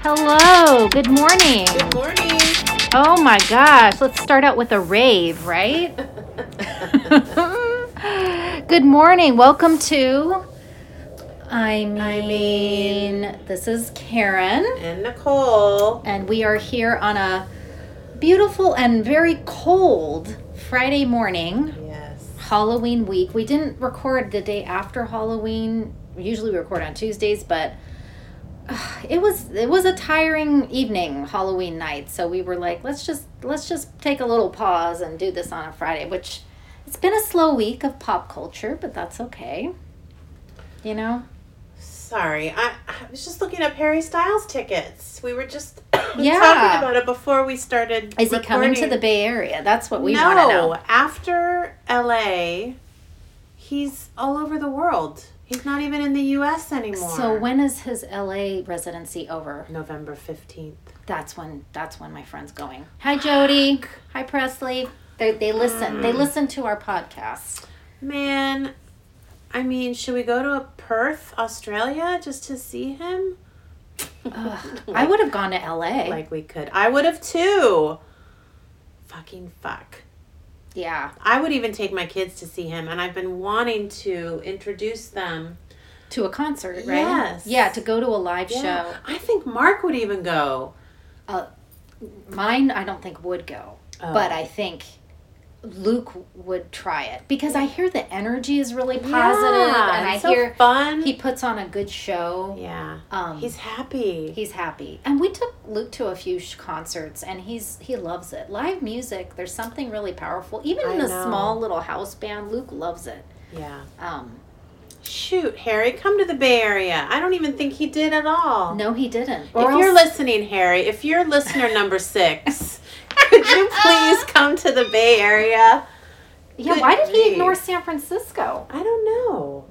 Hello, good morning. Good morning. Oh my gosh, let's start out with a rave, right? good morning. Welcome to I mean, this is Karen And Nicole. and we are here on a beautiful and very cold Friday morning, Yes. Halloween week. We didn't record the day after Halloween. Usually we record on Tuesdays, but ugh, it was it was a tiring evening Halloween night, so we were like, let's just let's just take a little pause and do this on a Friday, which it's been a slow week of pop culture, but that's okay. You know? Sorry, I, I was just looking at Harry Styles tickets. We were just Yeah. talking about it before we started. Is he coming to the recording. Bay Area? That's what we no, want to know. after LA, he's all over the world. He's not even in the U.S. anymore. So when is his LA residency over? November fifteenth. That's when that's when my friend's going. Hi Jody. Hi Presley. They they listen. They listen to our podcast. Man, I mean, should we go to Perth, Australia, just to see him? Ugh, I would have gone to LA. Like we could. I would have too. Fucking fuck. yeah. I would even take my kids to see him, and I've been wanting to introduce them. To a concert, right? Yes. Yeah, to go to a live Yeah, show. I think Mark would even go. Mine I don't think would go. Oh. But I think Luke would try it because I hear the energy is really positive Yeah, and I it's so hear fun. he puts on a good show. yeah, Um, he's happy. He's happy. And we took Luke to a few sh- concerts and he's he loves it. Live music, there's something really powerful. Even I in a know. small little house band, Luke loves it. yeah. Um, Shoot, Harry, come to the Bay Area. I don't even think he did at all. no, he didn't. Or If you're else- listening, Harry, if you're listener number six, could you please come to the Bay Area? yeah, why did he grief. ignore San Francisco? I don't know.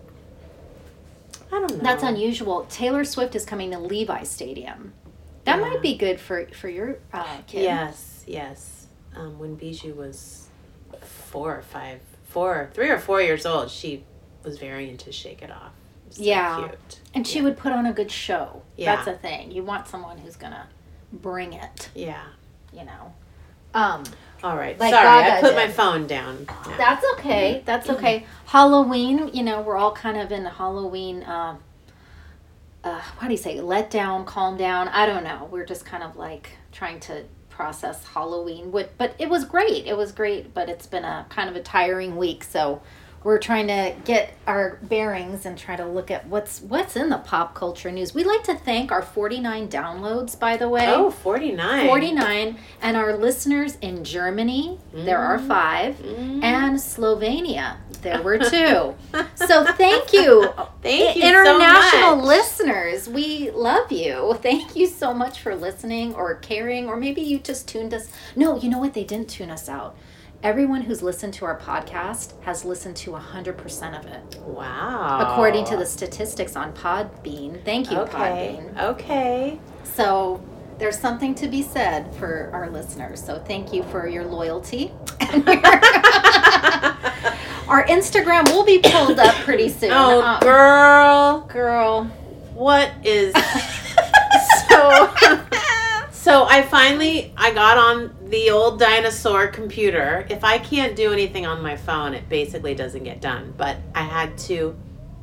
I don't know. That's unusual. Taylor Swift is coming to Levi Stadium. That might be good for for your uh, kid. Yes, yes. Um, when Bijou was four or five, four, three or four years old, she was very into Shake It Off. It was so Yeah. cute. And she would put on a good show. Yeah. That's a thing. You want someone who's gonna bring it. Yeah. You know. Um, All right. Like Sorry, I Gaga did. put my phone down. now. That's okay. That's okay. Halloween, you know, we're all kind of in Halloween. Um, uh, what do you say? Let down, calm down. I don't know. We're just kind of like trying to process Halloween. What? But it was great. It was great. But it's been a kind of a tiring week. So we're trying to get our bearings and try to look at what's what's in the pop culture news. We like to thank our forty nine downloads, by the way. Oh, 49. 49 and our listeners in germany there are Mm. five and slovenia there were two so thank you Thank you so international much. listeners we love you thank you so much for listening or caring or maybe you just tuned us no you know what they didn't tune us out everyone who's listened to our podcast has listened to 100% of it Wow. according to the statistics on podbean thank you Okay. podbean Okay. so there's something to be said for our listeners. So thank you for your loyalty. our Instagram will be pulled up pretty soon. Oh, Uh, girl. girl. What is. so. So I finally I got on the old dinosaur computer. If I can't do anything on my phone, it basically doesn't get done. But I had to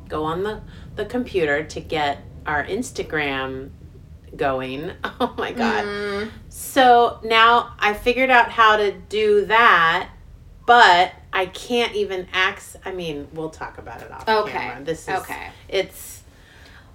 go on the the computer to get our Instagram going. Oh my god. Mm, So now I figured out how to do that, but I can't even access I mean, we'll talk about it off Okay. camera. This is Okay. it's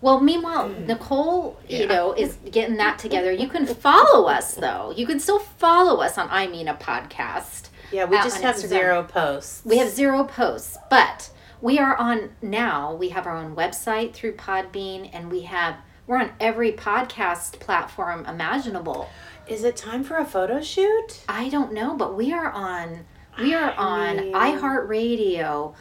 Well, meanwhile, Nicole, you Yeah. know, is getting that together. You can follow us though. You can still follow us on I Mean a podcast. yeah, we Uh, just on have Instagram. zero posts. We have zero posts, but we are on now. We have our own website through Podbean, and we have we're on every podcast platform imaginable. Is it time for a photo shoot? I don't know, but we are on we are on mean- iHeartRadio,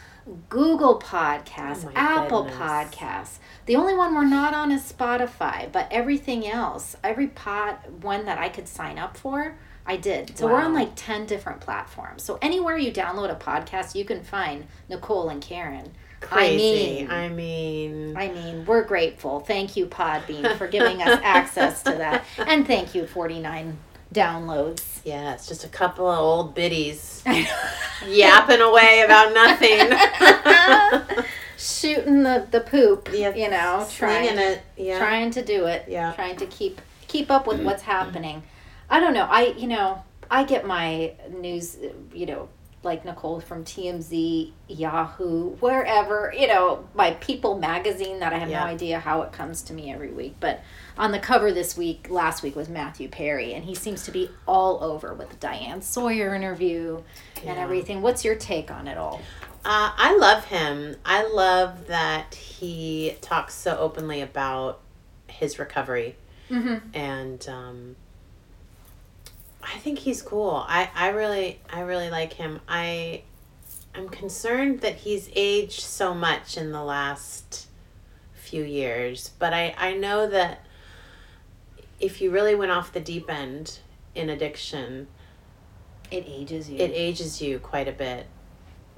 Google Podcasts, Oh my Apple goodness. Podcasts. The only one we're not on is Spotify, but everything else, every pod one that I could sign up for, I did. So we're on Wow. like 10 different platforms. So anywhere you download a podcast, you can find Nicole and Karen. Crazy. mean- I mean, I mean, we're grateful. Thank you, Podbean, for giving us access to that. And thank you, 49 downloads. yeah, it's just a couple of old biddies yeah. yapping away about nothing. Shooting the, the poop, Yeah, you know, slinging trying, it. Yeah. trying to do it, Yeah. trying to keep keep up with what's happening. I don't know. I, you know, I get my news, you know, like Nicole from TMZ, Yahoo, wherever, you know, my People magazine that I have Yeah. no idea how it comes to me every week. But on the cover this week, last week was Matthew Perry, and he seems to be all over with the Diane Sawyer interview and Yeah. everything. What's your take on it all? Uh, I love him. I love that he talks so openly about his recovery, Mm-hmm. and um, I think he's cool. I, I really I really like him. I I'm concerned that he's aged so much in the last few years, but I I know that if you really went off the deep end in addiction, It ages you. it ages you quite a bit.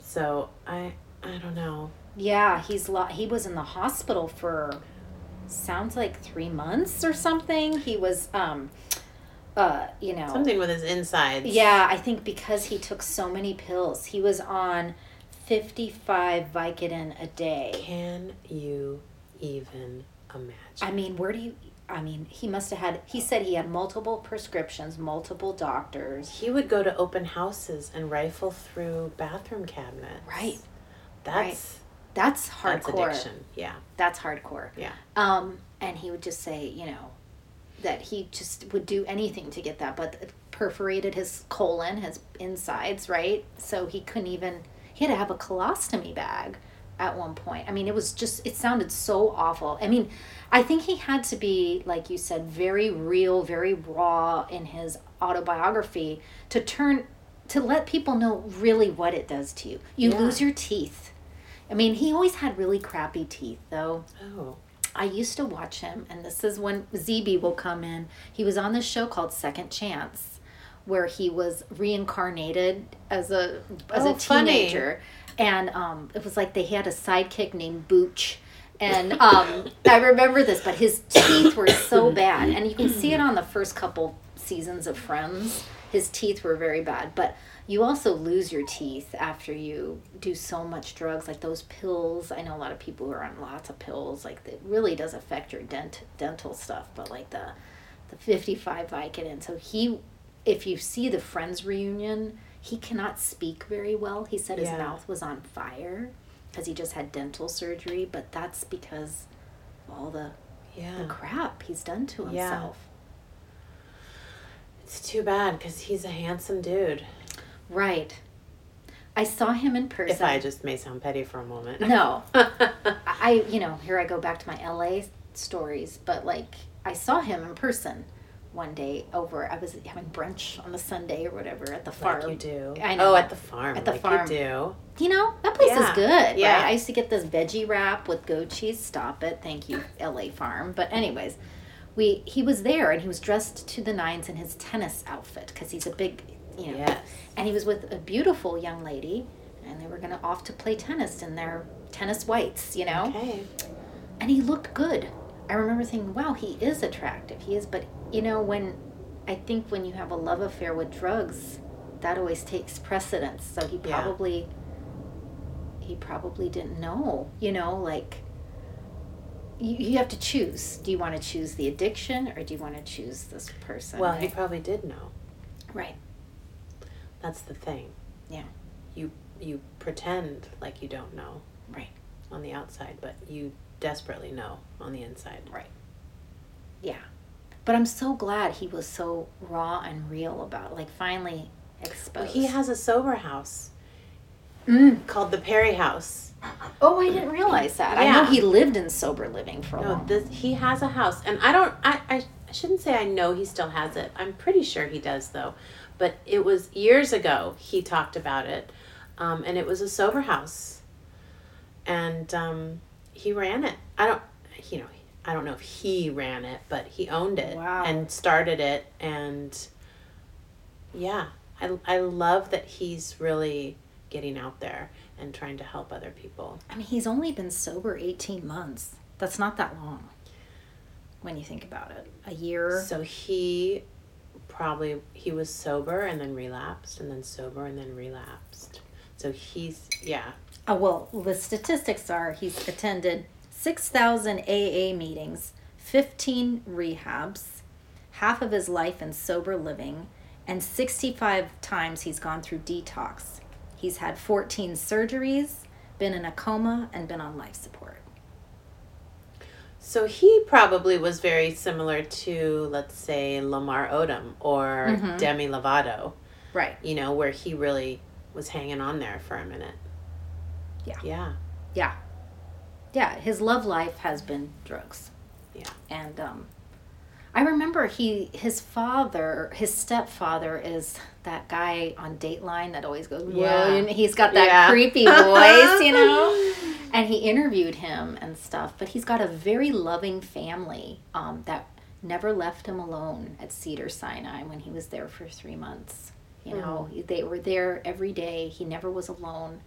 So I I don't know. Yeah, he's lo- he was in the hospital for sounds like 3 months or something. He was um uh, you know, Something with his insides. yeah, I think because he took so many pills. He was on 55 Vicodin a day. Can you even imagine? I mean, where do you I mean, he must have had he said he had multiple prescriptions, multiple doctors. he would go to open houses and rifle through bathroom cabinets. Right. That's That's that's hardcore. addiction. Yeah. That's hardcore. Yeah. Um, and he would just say, you know, that he just would do anything to get that, but it perforated his colon, his insides, right? So he couldn't even, he had to have a colostomy bag at one point. I mean, it was just, it sounded so awful. I mean, I think he had to be, like you said, very real, very raw in his autobiography to turn, to let people know really what it does to you. You Yeah. lose your teeth. I mean, he always had really crappy teeth, though. Oh. I used to watch him, and this is when ZB will come in. He was on this show called Second Chance, where he was reincarnated as a as Oh, a funny. teenager, and um, it was like they had a sidekick named Booch. And um, I remember this, but his teeth were so bad, and you can see it on the first couple seasons of Friends. His teeth were very bad, but you also lose your teeth after you do so much drugs like those pills i know a lot of people who are on lots of pills like it really does affect your dent- dental stuff but like the the 55 vicodin so he if you see the friends reunion he cannot speak very well he said his Yeah. mouth was on fire because he just had dental surgery but that's because of all the, the Yeah. crap he's done to Yeah. himself It's too bad because he's a handsome dude. right i saw him in person If I just may sound petty for a moment. no I, you know, here I go back to my LA stories, but like I saw him in person one day over. I was having brunch on the Sunday or whatever at the farm. Like you do. I know. Oh, at the farm. At the like farm. You do. You know, that place Yeah. is good. Yeah. Right? I used to get this veggie wrap with goat cheese. Stop it. Thank you, LA Farm. But anyways, we he was there and he was dressed to the nines in his tennis outfit because he's a big, you know, Yes. and he was with a beautiful young lady, and they were gonna off to play tennis in their tennis whites. You know. Okay. and he looked good. I remember thinking, wow, he is attractive. He is, but you know, when I think when you have a love affair with drugs, that always takes precedence. So he Yeah. probably, he probably didn't know, you know, like you, you have to choose. Do you want to choose the addiction or do you want to choose this person? Well, he right? probably did know. right. That's the thing. Yeah. You you pretend like you don't know. Right. On the outside, but you desperately know on the inside. Yeah. But I'm so glad he was so raw and real about, like, finally Well, exposed. he has a sober house Mm. called the Perry House. Oh, I didn't realize that. I know Yeah. he lived in sober living for a No, while. this he has a house, and I don't. I, I I shouldn't say I know he still has it. I'm pretty sure he does though, but it was years ago he talked about it, um, and it was a sober house, and um, he ran it. I don't. You know. I don't know if he ran it, but he owned it Wow. and started it, and yeah, I I love that he's really getting out there and trying to help other people. I mean, he's only been sober 18 months. That's not that long when you think about it. A year. So he probably he was sober and then relapsed and then sober and then relapsed. So he's yeah. Oh, well, the statistics are he's attended 6,000 AA meetings, 15 rehabs, half of his life in sober living, and 65 times he's gone through detox. He's had 14 surgeries, been in a coma, and been on life support. So he probably was very similar to let's say Lamar Odom or Mhm. Demi Lovato, Right. you know, where he really was hanging on there for a minute. Yeah. Yeah. Yeah. Yeah, his love life has been drugs. Yeah. And um I remember he his father, his stepfather is that guy on Dateline that always goes, Yeah. "Whoa," and he's got that Yeah. creepy voice, you know? And he interviewed him and stuff, but he's got a very loving family um that never left him alone at Cedar Sinai when he was there for 3 months. You know, they were there every day. He never was alone.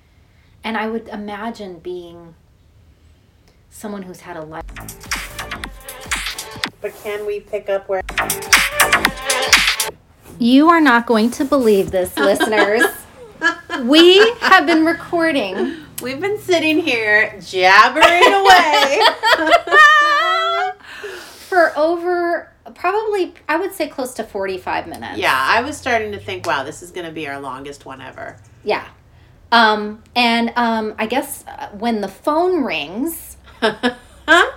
And I would imagine being someone who's had a life. But can we pick up where You are not going to believe this, listeners. we have been recording. We've been sitting here jabbering away. for over probably, I would say close to 45 minutes. yeah, I was starting to think, wow, this is going to be our longest one ever. Yeah. Um, and um, I guess uh, when the phone rings, huh?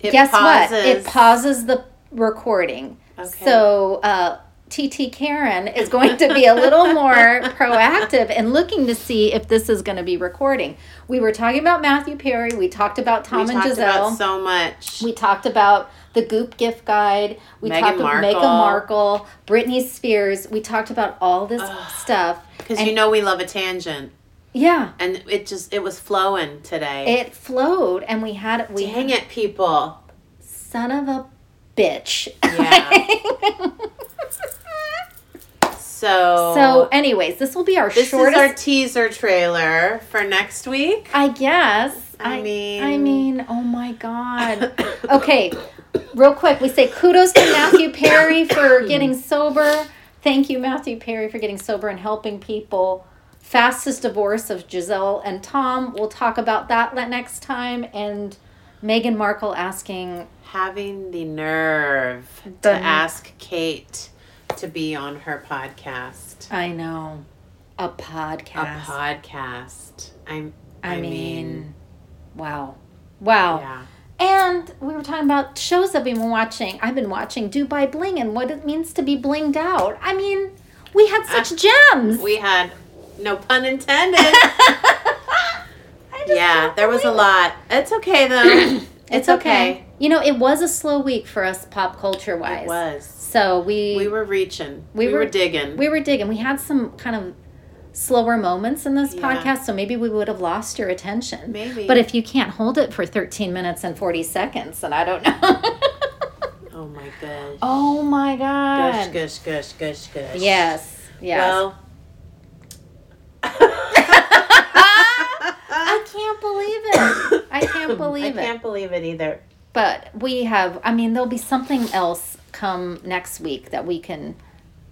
It guess what? pauses. It pauses the recording. Okay. So uh, TT Karen is going to be a little more proactive and looking to see if this is going to be recording. We were talking about Matthew Perry. We talked about We Tom and talked Giselle. about so much. we talked about the Goop gift guide. We Meghan talked about Markle. Meghan Markle, Britney Spears. We talked about all this stuff. Because and- you know we love a tangent. Yeah, And it just, it was flowing today. it flowed, and we had we Dang it, people. son of a bitch. Yeah. So, so, anyways, this will be our Oh. this shortest. is our teaser trailer for next week. I guess. I mean- I mean, oh my god. okay, real quick, we say kudos to Matthew Perry for getting sober. Thank you, Matthew Perry, for getting sober and helping people. Fastest divorce of Giselle and Tom. We'll talk about that le- next time. And Meghan Markle asking, having the nerve to Dun. ask Kate to be on her podcast. I know, a A podcast. podcast. I'm I, I, mean, mean, wow. Wow. yeah. And we were talking about shows I've been watching. I've been watching Dubai Bling and what it means to be blinged out. I mean, we had such gems. Ah. We had no pun intended. I just yeah, can't there was a believe lot. It's okay though. it. It's okay. You know, it was a slow week for us pop culture wise. It was. So we We were reaching. We We, were, were- digging. we were digging. We had some kind of slower moments in this Yeah. podcast, so maybe we would have lost your attention. Maybe. But if you can't hold it for 13 minutes and 40 seconds, then I don't know. oh my gosh. oh my god. Gosh, gosh, gosh, gosh, gosh. Yes. Yes. Well. I can't believe it. I can't believe I it. can't believe it either. But we have, I mean, there'll be something else come next week that we can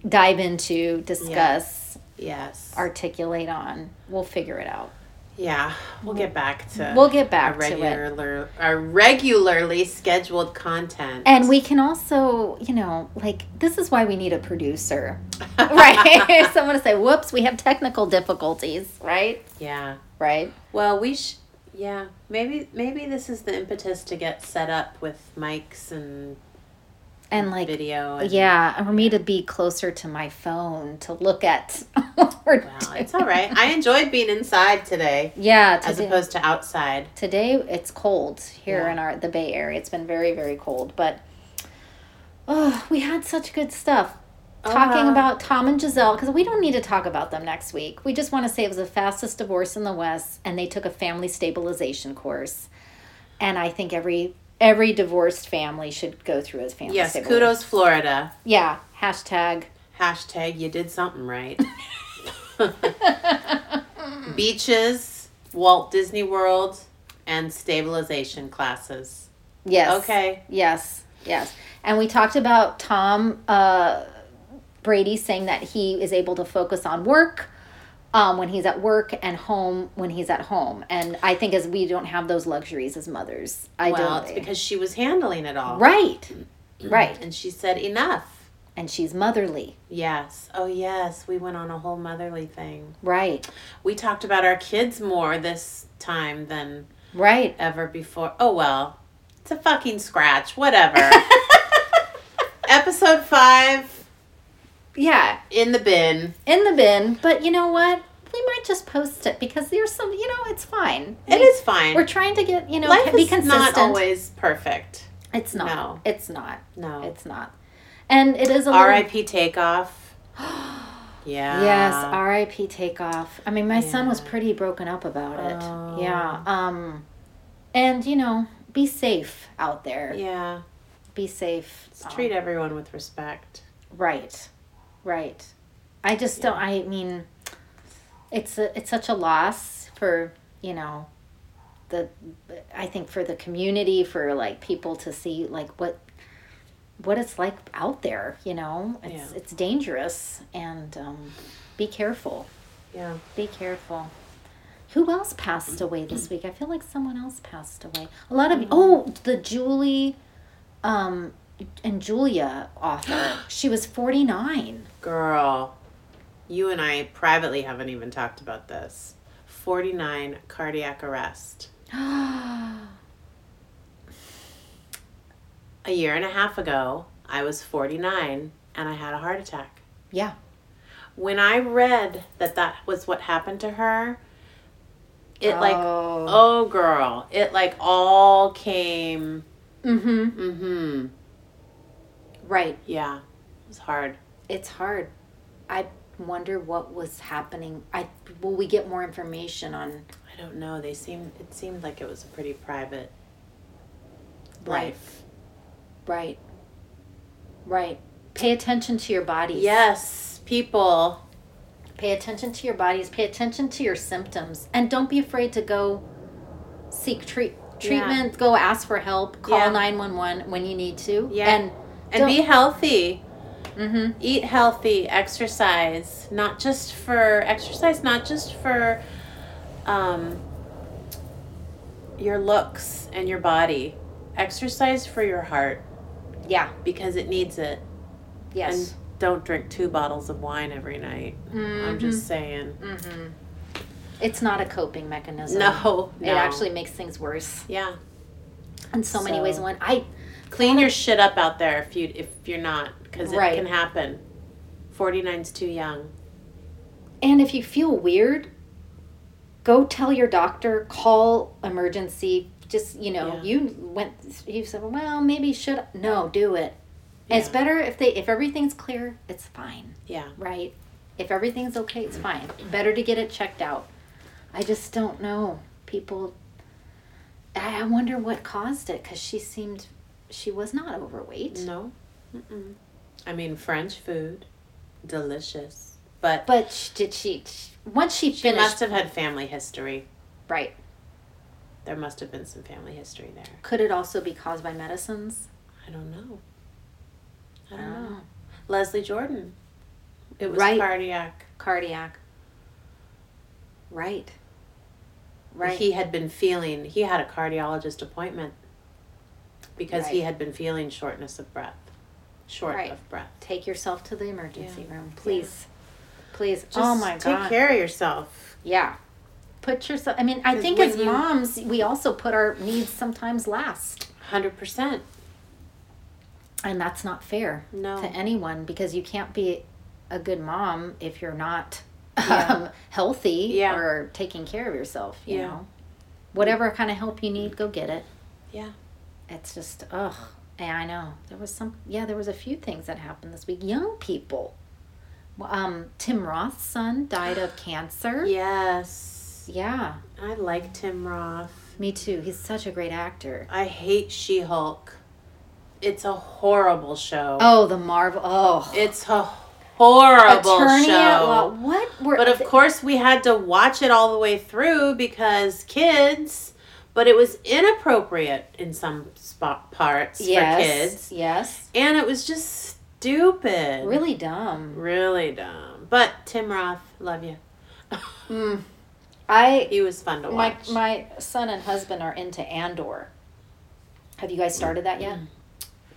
dive into, discuss, Yes. articulate on. We'll figure it out. yeah, we'll get back to We'll get back our to it. regular our regularly scheduled content. And we can also, you know, like, this is why we need a producer, right? Someone to say, whoops, we have technical difficulties, right? yeah. Right? Well, we sh- yeah, maybe maybe this is the impetus to get set up with mics and And like, video and yeah, or me to be closer to my phone to look at what we're Well, doing. it's all right. I enjoyed being inside today Yeah, to as do- opposed to outside. today it's cold here Yeah. in our the Bay Area. It's been very very cold, but oh, we had such good stuff. Talking Uh-huh. about Tom and Giselle because we don't need to talk about them next week. We just want to say it was the fastest divorce in the West, and they took a family stabilization course. And I think every every divorced family should go through a family. Yes, stabilization. kudos Florida. Yeah, hashtag. Hashtag you did something right. beaches, Walt Disney World, and stabilization classes. Yes. Okay. Yes. Yes. And we talked about Tom uh, Brady saying that he is able to focus on work um, when he's at work and home when he's at home. And I think as we don't have those luxuries as mothers, I well, it's don't. because she was handling it all. right. Right. And she said, enough. And she's motherly. Yes. Oh, yes. We went on a whole motherly thing. Right. We talked about our kids more this time than Right. ever before. Oh, well. It's a fucking scratch. Whatever. Episode five Yeah. in the bin. In the bin. But you know what? We might just post it because there's some, you know, it's fine. It is fine. We're trying to get, you know, Life be is consistent. not always perfect. It's not. No. It's not. No. It's not. And it is a little. R.I.P. Takeoff. yeah. Yes, R.I.P. Takeoff. I mean, my son was Ah. Yeah. pretty broken up about it. Oh. Yeah. Um, and you know, be safe out there. yeah. Be safe. Just treat everyone with respect. Um, right. Right. I just don't. I mean, it's a, it's such a loss for you know, the I think for the community for like people to see like what what it's like out there. You know, it's Yeah. it's dangerous and um, be careful. Yeah. Be careful. Who else passed away this week? I feel like someone else passed away. A lot of oh, the Julie, um, and Julia author. she was forty nine. Girl, you and I privately haven't even talked about this. 49 cardiac arrest. A year and a half ago, I was 49 and I had a heart attack. yeah, When I read that that was what happened to her, it like, Oh. oh girl, it like all came. mm-hmm. Mm hmm. Right. Yeah. It was hard. It's hard. I wonder what was happening. I will we get more information on I don't know. They seemed, it seemed like it was a pretty private Right. life. right, right. Pay attention to your bodies. Yes, people. Pay attention to your bodies. Pay attention to your symptoms, and don't be afraid to go seek treat treatment. Go ask for help. Yeah. Call nine one one when you need to. Yeah. and And be healthy. mm-hmm. Eat healthy. Exercise. Not just for exercise, not just for um, your looks and your body. Exercise for your heart yeah, because it needs it. yes. And don't drink two bottles of wine every night. I'm just saying. hmm Mm-hmm. It's not a coping mechanism. No, it no. actually makes things worse Yeah. in so, many So- ways. One, I Clean your shit up out there if you if you're not because it Right. can happen. 49's too young. And if you feel weird, go tell your doctor, call emergency. Just, you know, Yeah. you went, you said, well, maybe should, no, do it. It's Yeah. better if they, if everything's clear, it's fine, Yeah. right? If everything's okay, it's fine. Better to get it checked out. I just don't know. People, I I wonder what caused it because she seemed, she was not overweight. No. Mm-mm. I mean, French food, delicious, but But sh- did she, sh- once she, she finished, must have had family history. right, There must have been some family history there. could it also be caused by medicines? I don't know. I don't Oh. know. Leslie Jordan. Ah. It was Right. cardiac. cardiac. Right. Right. He had been feeling. He had a cardiologist appointment because he Right. had been feeling shortness of breath. Short Right. of breath. Take yourself to the emergency room, please. Please. Just oh my take god. care of yourself. Yeah. Put yourself. I mean, I 'Cause think when as you- moms, we also put our needs sometimes last, Hundred percent. and that's not fair No. to anyone because you can't be a good mom if you're not um, Yeah. healthy Yeah. or taking care of yourself. You Yeah. know, whatever kind of help you need, go get it. Yeah. It's just ugh. And I know there was some. Yeah, there was a few things that happened this week. Young people. Well, Um, Tim Roth's son died of cancer. Yeah. Yes. I like Tim Roth. me too. He's such a great actor. I hate She Hulk. It's a horrible show. Oh, the Marvel. Oh, It's a horrible Attorney show. at law. What were? But of course, we had to watch it all the way through because kids. But it was inappropriate in some spot parts yes, for kids, yes, and it was just stupid. really dumb. really dumb. But Tim Roth, love you. Mm. I He was fun to my watch. my son and husband are into Andor. Have you guys started that yet?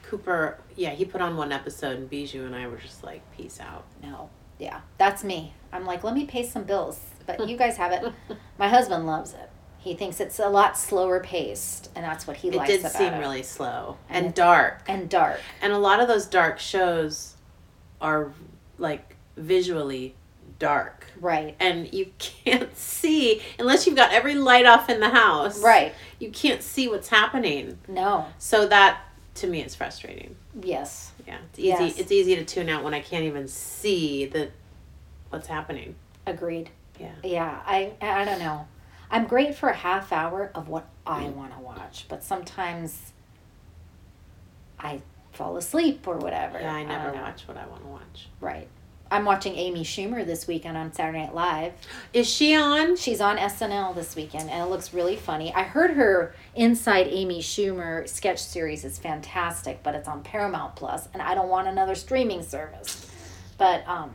Cooper, yeah, he put on one episode, and Bijou and I were just like, "Peace out." No. Yeah, that's me. I'm like, let me pay some bills, but you guys have it. My husband loves it. He thinks it's a lot slower paced, and that's what he it likes did about seem it. really slow And and, it- dark, and dark. and a lot of those dark shows are like visually dark. Right. and you can't see unless you've got every light off in the house. Right. You can't see what's happening. No. So that to me is frustrating. Yes. Yeah. It's easy Yes. it's easy to tune out when I can't even see the what's happening. Agreed. Yeah. Yeah. I I don't know. I'm great for a half hour of what I Mm. want to watch, but sometimes I fall asleep or whatever. Yeah, I never don't know. watch what I want to watch. Right. I'm watching Amy Schumer this weekend on Saturday Night Live. Is she on? She's on SNL this weekend, and it looks really funny. I heard her Inside Amy Schumer sketch series is fantastic, but it's on Paramount Plus, and I don't want another streaming service. But um,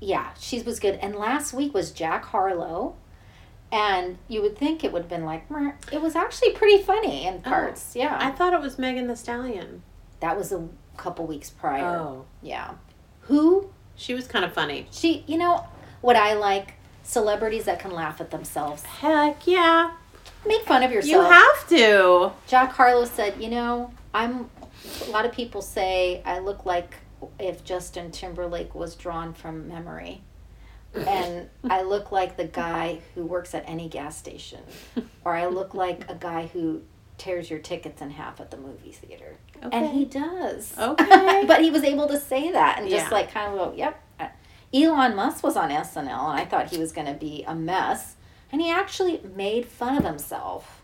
yeah, she was good. And last week was Jack Harlow, and you would think it would have been like, "Meh." it was actually pretty funny in parts. yeah, Oh, I thought it was Megan the Stallion. that was a couple weeks prior. Oh. Yeah, who She was kind of funny. she? You know what I like? Celebrities that can laugh at themselves. Heck yeah. Make fun of yourself. You have to. Jack Harlow said, "You know, I'm. A lot of people say I look like if Justin Timberlake was drawn from memory, and I look like the guy who works at any gas station, or I look like a guy who tears your tickets in half at the movie theater." And he does. Okay. but he was able to say that and just Yeah. like kind of go, "Yep." Elon Musk was on SNL, and I thought he was going to be a mess, and he actually made fun of himself.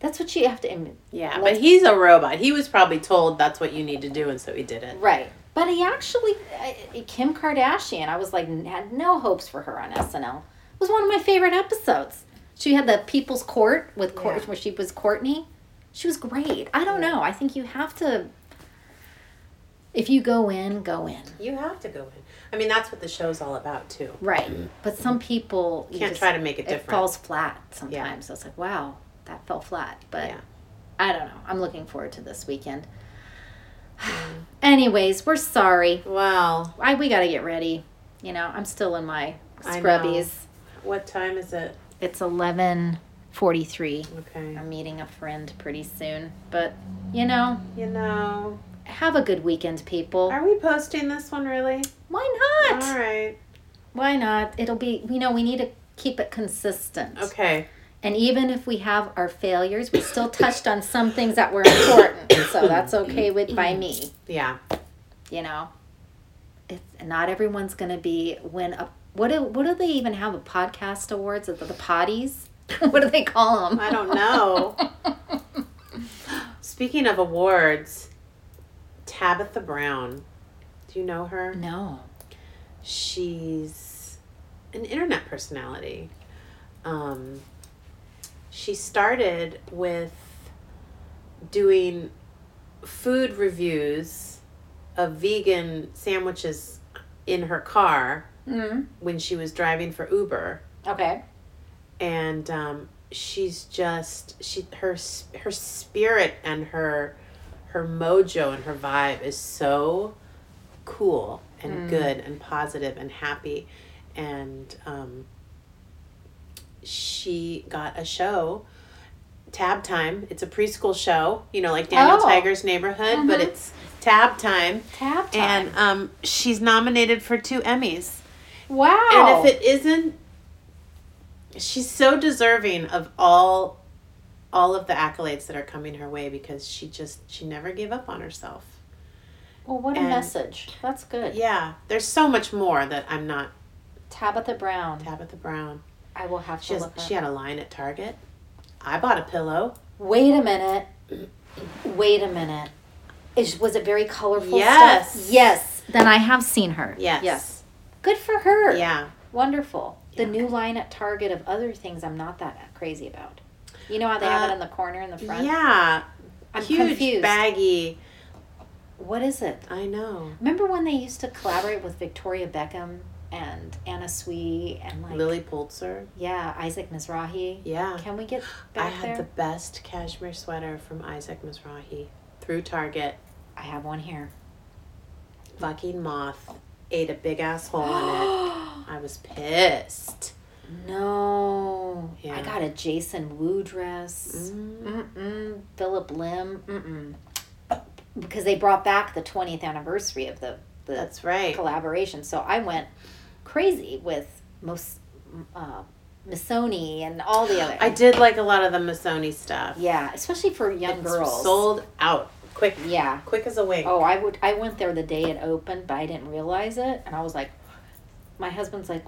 That's what you have to im- yeah, but Let's- he's a robot. He was probably told that's what you need to do and so he did it. Right. But he actually, uh, Kim Kardashian, I was like, n- had no hopes for her on SNL. It was one of my favorite episodes. She had the People's Court with Court, Yeah. where she was Courtney. She was great. I don't know. I think you have to, if you go in, go in. You have to go in. I mean, that's what the show's all about too. Right. But some people, you Can't just- try to make it it different. falls flat sometimes. It's like, wow, that fell flat. But Yeah. I don't know. I'm looking forward to this weekend. Mm. Anyways, we're sorry. Well, I we gotta get ready. You know, I'm still in my I know. scrubbies. what time is it? It's eleven forty three. Okay. I'm meeting a friend pretty soon. But you know, You know, have a good weekend, people. are we posting this one really? Why All not? right. Why not? It'll be you know, we need to keep it consistent. Okay. And even if we have our failures, we still touched on some things that were important. So that's okay with by me, Yeah. you know. It's not everyone's gonna be win a what do, what do they even have a podcast awards the, the potties? what do they call them? I don't know. Speaking of awards, Tabitha Brown. Do you know her? no. She's an internet personality. Um, she started with doing food reviews of vegan sandwiches in her car Mm. when she was driving for Uber, Okay. and um, she's just she her s- her spirit and her her mojo and her vibe is so cool and good and positive and happy, and um, she got a show. Tab Time. It's a preschool show, you know, like Daniel Oh. Tiger's Neighborhood, but it's Mm-hmm. Tab Time. Tab time. And um, she's nominated for two Emmys. wow. And if it isn't, she's so deserving of all, all of the accolades that are coming her way because she just she never gave up on herself. well, what a and- message. That's good. Yeah, there's so much more that I'm not Tabitha Brown. Tabitha Brown. I will have to She has, look her. she had a line at Target. I bought a pillow. Wait a minute. Wait a minute. Is, was it very colorful Yes. stuff? Yes. then I have seen her. Yes. Yes. Good for her. Yeah. Wonderful. The Yeah. new line at Target of other things I'm not that crazy about. You know how they have it Uh, in the corner in the front? Yeah. I'm Huge confused. baggy. What is it? I know. Remember when they used to collaborate with Victoria Beckham and Anna Sui and like Lily Pulitzer. yeah, Isaac Mizrahi? Yeah. Can we get I back had there? the best cashmere sweater from Isaac Mizrahi through Target. I have one here. Fucking moth ate a big ass hole in it. I was pissed. no. Yeah. I got a Jason Wu dress. Mm. Mm-mm. Philip Lim. Mm-mm. Because they brought back the 20th anniversary of the, the That's right. collaboration. So I went crazy with most uh, Missoni and all the other. I did like a lot of the Missoni stuff. yeah, especially for young It's girls. sold out quick, Yeah. quick as a wink. Oh, I would. I went there the day it opened, but I didn't realize it, and I was like, my husband's like,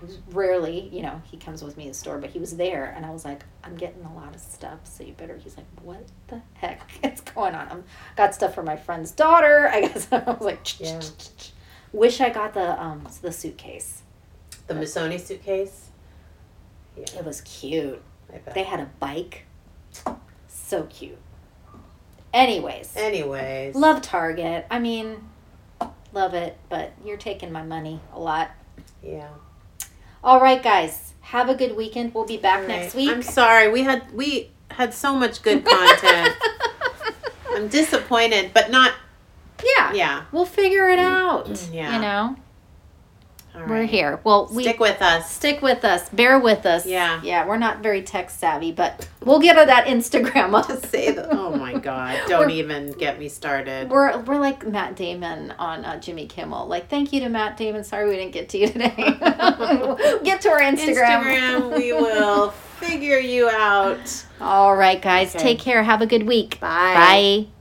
he was rarely, you know, he comes with me to the store, but he was there, and I was like, I'm getting a lot of stuff, so you better. He's like, what the heck is going on? I'm got stuff for my friend's daughter. I guess I was like, "Ch- ch- Yeah. ch- ch." wish I got the um the suitcase. The Missoni suitcase. Yeah, It was cute. I bet. They had a bike. So cute. Anyways. Anyways, Love Target. I mean, love it, but you're taking my money a lot. yeah. All right, guys. Have a good weekend. We'll be back All next right. week. I'm sorry. We had we had so much good content. I'm disappointed, but not. yeah. Yeah. Mm. We'll figure it out. Yeah. You know, All we're right. here. Well, we Stick with us. stick with us. Bear with us. Yeah. Yeah, we're not very tech savvy, but we'll get that Instagram up. Say the. Oh my God! Don't We're- even get me started. We're, we're like Matt Damon on uh, Jimmy Kimmel. Like, thank you to Matt Damon. Sorry we didn't get to you today. get to our Instagram, we will figure you out. All right, guys. Okay. Take care. Have a good week. Bye. Bye.